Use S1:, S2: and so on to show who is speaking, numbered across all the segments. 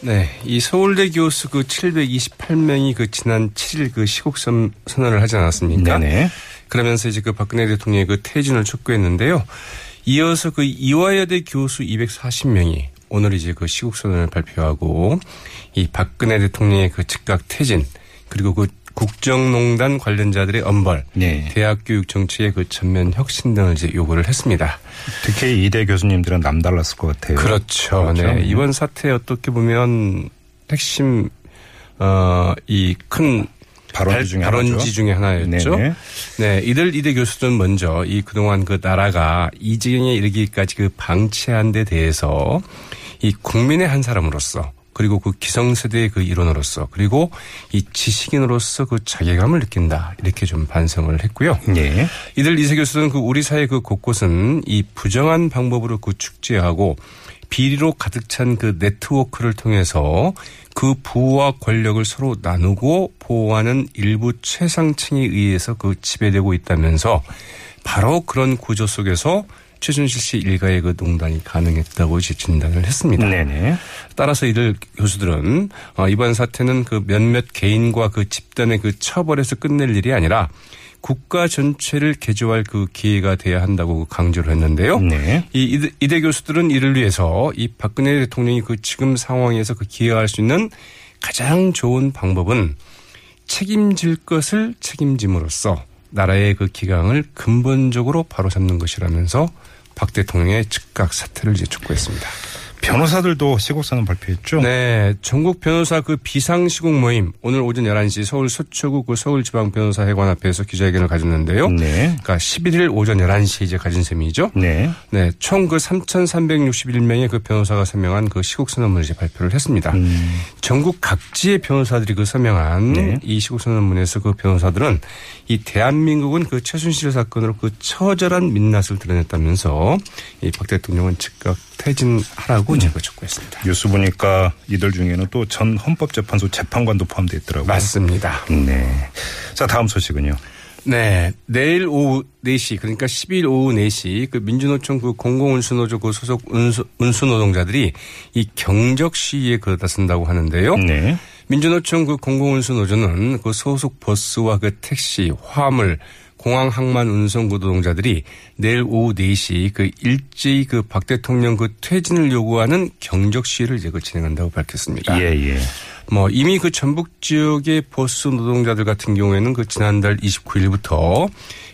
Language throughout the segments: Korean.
S1: 네. 이 서울대 교수 그 728명이 그 지난 7일 그 시국선 선언을 하지 않았습니까?
S2: 네네.
S1: 그러면서 이제 그 박근혜 대통령의 그 퇴진을 촉구했는데요. 이어서 그 이화여대 교수 240명이 오늘 이제 그 시국선언을 발표하고 이 박근혜 대통령의 그 즉각 퇴진 그리고 그 국정농단 관련자들의 엄벌,
S2: 네.
S1: 대학 교육 정책의 그 전면 혁신 등을 이제 요구를 했습니다.
S2: 특히 이대 교수님들은 남달랐을 것 같아요.
S1: 그렇죠.
S2: 그렇죠.
S1: 네. 이번 사태 어떻게 보면 핵심 어, 이 큰
S2: 발원지 중에 하나죠.
S1: 였죠
S2: 네네.
S1: 네, 이들 이대 교수들은 먼저 이 그동안 그 나라가 이 지경에 이르기까지 그 방치한 데 대해서 이 국민의 한 사람으로서 그리고 그 기성세대의 그 일원으로서 그리고 이 지식인으로서 그 자괴감을 느낀다 이렇게 좀 반성을 했고요.
S2: 예.
S1: 이들 이세 교수는 그 우리 사회 그 곳곳은 이 부정한 방법으로 그 축제하고 비리로 가득 찬 그 네트워크를 통해서 그 부와 권력을 서로 나누고 보호하는 일부 최상층에 의해서 그 지배되고 있다면서 바로 그런 구조 속에서 최순실 씨 일가의 그 농단이 가능했다고 이제 진단을 했습니다.
S2: 네네.
S1: 따라서 이들 교수들은 어, 이번 사태는 그 몇몇 개인과 그 집단의 그 처벌에서 끝낼 일이 아니라 국가 전체를 개조할 그 기회가 돼야 한다고 그 강조를 했는데요.
S2: 네.
S1: 이 이대, 이대 교수들은 이를 위해서 이 박근혜 대통령이 그 지금 상황에서 그 기여할 수 있는 가장 좋은 방법은 책임질 것을 책임짐으로써 나라의 그 기강을 근본적으로 바로잡는 것이라면서 박 대통령의 즉각 사퇴를 이제 촉구했습니다.
S2: 변호사들도 시국선언 발표했죠.
S1: 네, 전국 변호사 그 비상시국 모임 오늘 오전 11시 서울 서초구 그 서울지방 변호사회관 앞에서 기자회견을 가졌는데요.
S2: 네.
S1: 그러니까 11일 오전 11시에 이제 가진 셈이죠.
S2: 네.
S1: 네, 총 그 3,361명의 그 변호사가 서명한 그 시국 선언문을 이제 발표를 했습니다.
S2: 음,
S1: 전국 각지의 변호사들이 그 서명한
S2: 네.
S1: 이 시국 선언문에서 그 변호사들은 이 대한민국은 그 최순실 사건으로 그 처절한 민낯을 드러냈다면서 이 박 대통령은 즉각 퇴진하라고
S2: 네.
S1: 이제 그 촉구했습니다.
S2: 뉴스 보니까 이들 중에는 또 전 헌법재판소 재판관도 포함되어 있더라고요.
S1: 맞습니다.
S2: 네. 자, 다음 소식은요.
S1: 네. 내일 오후 4시, 그러니까 12일 오후 4시, 그 민주노총 그 공공운수노조 그 소속 운수, 운수노동자들이 이 경적 시위에 그 나선다고 하는데요.
S2: 네.
S1: 민주노총 그 공공운수노조는 그 소속 버스와 그 택시, 화물, 공항 항만 운송 그 노동자들이 내일 오후 4시 그 일제히 그 박 대통령 그 퇴진을 요구하는 경적 시위를 이제 그 진행한다고 밝혔습니다.
S2: 예, 예.
S1: 뭐 이미 그 전북 지역의 버스 노동자들 같은 경우에는 그 지난달 29일부터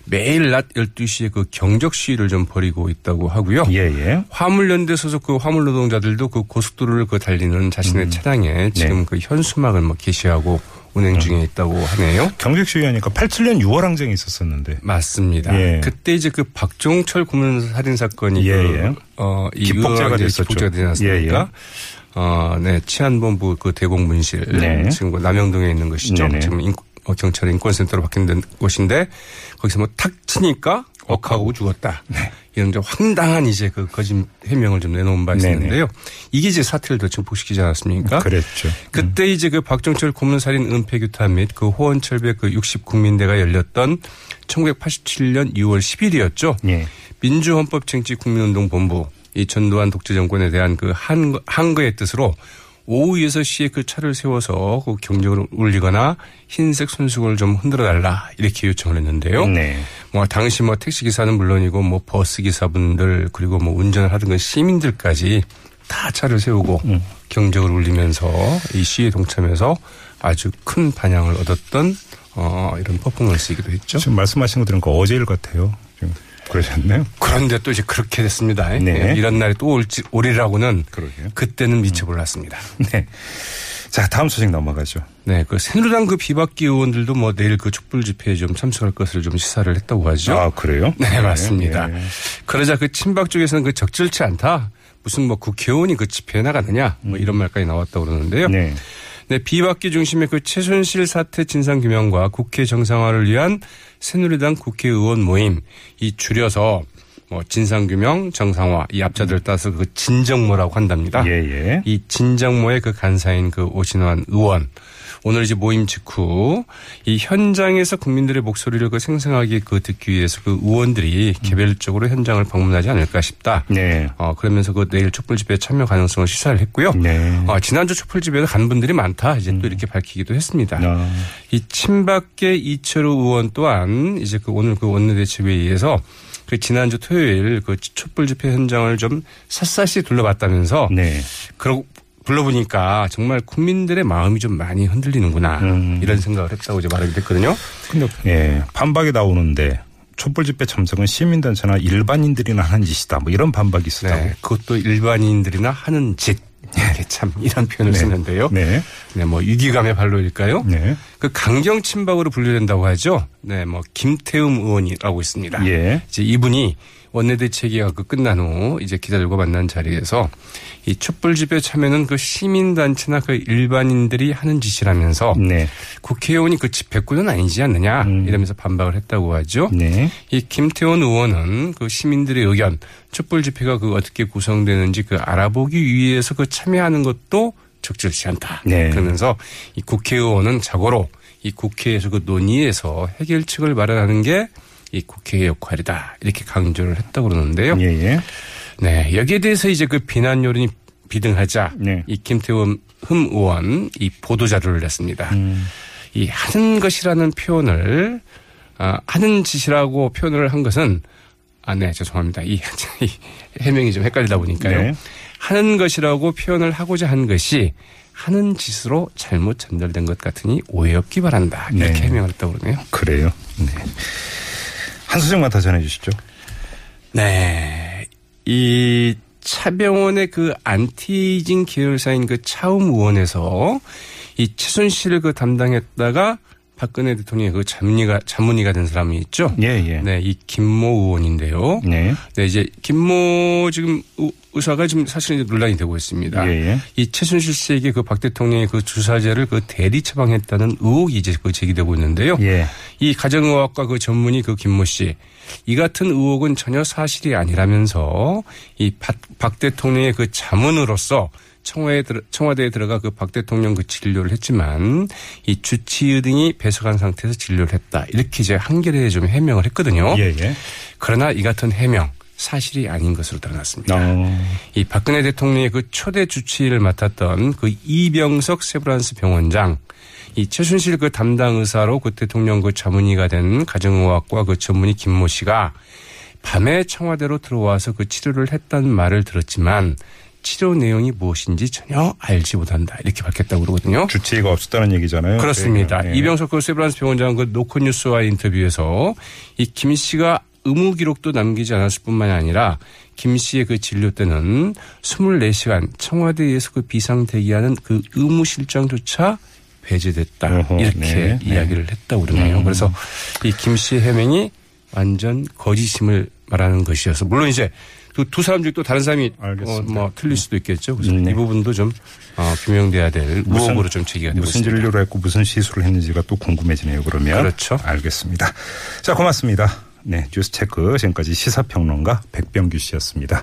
S1: 매일 낮 12시에 그 경적 시위를 좀 벌이고 있다고 하고요.
S2: 예, 예.
S1: 화물연대 소속 그 화물 노동자들도 그 고속도로를 그 달리는 자신의 차량에 지금 그 현수막을 뭐 게시하고 운행 중에 있다고 하네요.
S2: 경직시위하니까 87년 6월 항쟁이 있었었는데.
S1: 맞습니다.
S2: 예.
S1: 그때 이제 그 박종철 구문 살인 사건이
S2: 예, 예.
S1: 그, 어, 이
S2: 기폭제가
S1: 유언왕제
S2: 됐었죠.
S1: 기폭제가 되지 않습니까?
S2: 예, 예.
S1: 어, 네, 치안본부 그 대공문실
S2: 네.
S1: 지금 그 남영동에 있는 것이죠.
S2: 네네.
S1: 지금 인- 어, 경찰 인권센터로 바뀐 데- 곳인데 거기서 뭐 탁 치니까 억하고 죽었다.
S2: 네.
S1: 이런 좀 황당한 이제 그 거짓 해명을 좀 내놓은 바 있었는데요. 이게 이제 사태를 더 증폭시키지 않았습니까?
S2: 네, 그랬죠.
S1: 그때 이제 그 박정철 고문살인 은폐규탄 및 그 호원철배 그 60국민대가 열렸던 1987년 6월 10일이었죠.
S2: 예.
S1: 민주헌법쟁취국민운동본부 이 전두환 독재 정권에 대한 그 한, 한거의 뜻으로 오후 6시에 그 차를 세워서 그 경적을 울리거나 흰색 손수건을 좀 흔들어 달라 이렇게 요청을 했는데요.
S2: 네.
S1: 뭐 당시 뭐 택시 기사는 물론이고 뭐 버스 기사분들 그리고 뭐 운전을 하던 그 시민들까지 다 차를 세우고
S2: 음.
S1: 경적을 울리면서 이 시위에 동참해서 아주 큰 반향을 얻었던 어 이런 퍼포먼스이기도 했죠.
S2: 지금 말씀하신 거 들으니까 어제 일 같아요. 지금 그러지 않나요?
S1: 그런데 또 이제 그렇게 됐습니다.
S2: 네.
S1: 예, 이런 날이 또 올지 오리라고는
S2: 그러게요. 음.
S1: 때는 미처 몰랐습니다.
S2: 네. 자, 다음 소식 넘어가죠.
S1: 네, 그 새누리당 그 비박계 의원들도 뭐 내일 그 촛불 집회에 좀 참석할 것을 좀 시사를 했다고 하죠.
S2: 아, 그래요?
S1: 네, 맞습니다.
S2: 예.
S1: 그러자 그 친박 쪽에서는 그 적절치 않다. 무슨 뭐 국회의원이 그 집회에 나가느냐. 뭐 이런 말까지 나왔다고 그러는데요.
S2: 음. 네.
S1: 네, 비박계 중심의 그 최순실 사태 진상 규명과 국회 정상화를 위한 새누리당 국회의원 모임 이 줄여서 뭐 진상 규명, 정상화 이 앞자들 따서 그 진정모라고 한답니다.
S2: 예, 예.
S1: 이 진정모의 그 간사인 그 오신환 의원. 오늘 이제 모임 직후 이 현장에서 국민들의 목소리를 그 생생하게 그 듣기 위해서 그 의원들이 개별적으로 현장을 방문하지 않을까 싶다.
S2: 네.
S1: 어, 그러면서 그 내일 촛불 집회 참여 가능성을 시사를 했고요.
S2: 네. 음.
S1: 어, 지난주 촛불 집회도 간 분들이 많다. 이제 또 이렇게 밝히기도 했습니다.
S2: 아,
S1: 이 친박계 이철우 의원 또한 이제 그 오늘 그 원내대책회의에서 그 지난주 토요일 그 촛불 집회 현장을 좀 샅샅이 둘러봤다면서
S2: 네.
S1: 그러고 불러보니까 정말 국민들의 마음이 좀 많이 흔들리는구나
S2: 음.
S1: 이런 생각을 했다고 이제 말하게 됐거든요.
S2: 근데 예, 반박이 나오는데 촛불 집회 참석은 시민단체나 일반인들이나 하는 짓이다. 뭐 이런 반박이 있었다고.
S1: 네, 그것도 일반인들이나 하는 짓. 이게 참 이런 표현을
S2: 네.
S1: 쓰는데요.
S2: 네.
S1: 네, 뭐 위기감의 발로일까요?
S2: 네.
S1: 그 강경 친박으로 분류된다고 하죠. 네, 뭐 김태흠 의원이라고 있습니다.
S2: 예.
S1: 이제 이분이 원내대책위가 그 끝난 후 이제 기자들과 만난 자리에서 이 촛불 집회 참여는 그 시민단체나 그 일반인들이 하는 짓이라면서
S2: 네.
S1: 국회의원이 그 집회꾼은 아니지 않느냐 이러면서 반박을 했다고 하죠.
S2: 음. 네.
S1: 이 김태원 의원은 그 시민들의 의견, 촛불 집회가 그 어떻게 구성되는지 그 알아보기 위해서 그 참여하는 것도 적절치 않다.
S2: 네.
S1: 그러면서 이 국회의원은 자고로 이 국회에서 그 논의에서 해결책을 마련하는 게 이 국회의 역할이다. 이렇게 강조를 했다고 그러는데요.
S2: 예, 예.
S1: 네. 여기에 대해서 이제 그 비난 여론이 비등하자
S2: 네.
S1: 이 김태원 흠 의원 이 보도 자료를 냈습니다.
S2: 음.
S1: 이 하는 것이라는 표현을 아, 하는 짓이라고 표현을 한 것은 아, 네, 죄송합니다. 이, 이 해명이 좀 헷갈리다 보니까요.
S2: 네.
S1: 하는 것이라고 표현을 하고자 한 것이 하는 짓으로 잘못 전달된 것 같으니 오해 없기 바란다. 이렇게
S2: 네.
S1: 해명을 했다고 그러네요.
S2: 그래요. 네. 한 소식만 더 전해 주시죠.
S1: 네. 이 차병원의 그 안티에이징 계열사인 그 차움 의원에서 이 최순실을 그 담당했다가 박근혜 대통령의 그 자문의가, 자문의가 된 사람이 있죠.
S2: 예, 예.
S1: 네. 이 김모 의원인데요.
S2: 네.
S1: 네. 이제 김모 지금 의- 의사가 지금 사실 이제 논란이 되고 있습니다.
S2: 예, 예.
S1: 이 최순실 씨에게 그 박 대통령의 그 주사제를 그 대리 처방했다는 의혹이 이제 그 제기되고 있는데요.
S2: 예.
S1: 이 가정의학과 그 전문의 그 김모 씨. 이 같은 의혹은 전혀 사실이 아니라면서 이 박 대통령의 그 자문으로서 청와대에, 들어, 청와대에 들어가 그 박 대통령 그 진료를 했지만 이 주치의 등이 배석한 상태에서 진료를 했다. 이렇게 이제 한결에 좀 해명을 했거든요.
S2: 예, 예.
S1: 그러나 이 같은 해명 사실이 아닌 것으로 드러났습니다.
S2: 어,
S1: 이 박근혜 대통령의 그 초대 주치의를 맡았던 그 이병석 세브란스 병원장, 이 최순실 그 담당 의사로 그 대통령 그 자문의가 된 가정의학과 그 전문의 김모 씨가 밤에 청와대로 들어와서 그 치료를 했다는 말을 들었지만 치료 내용이 무엇인지 전혀 알지 못한다 이렇게 밝혔다고 그러거든요.
S2: 주치의가 없었다는 얘기잖아요.
S1: 그렇습니다.
S2: 예.
S1: 이병석 그 세브란스 병원장 그 노컷뉴스와 인터뷰에서 이 김 씨가 의무 기록도 남기지 않았을 뿐만 이 아니라 김 씨의 그 진료 때는 24시간 청와대에서 그 비상 대기하는 그 의무 실장조차 배제됐다
S2: 어허,
S1: 이렇게
S2: 네, 음. 네.
S1: 이야기를 했다고 그러네요. 그래서 이 김 씨의 해명이 완전 거짓임을 말하는 것이어서 물론 이제 그 두 사람 중에 또 다른 사람이 어,
S2: 알겠습니다.
S1: 뭐 틀릴 수도 있겠죠. 그래서
S2: 네.
S1: 이 부분도 좀 어, 규명돼야 될 무엇으로 좀 제기가 되고
S2: 무슨
S1: 있습니다.
S2: 진료를 했고 무슨 시술을 했는지가 또 궁금해지네요. 그러면
S1: 그렇죠.
S2: 알겠습니다. 자 고맙습니다. 네 뉴스체크 지금까지 시사평론가 백병규 씨였습니다.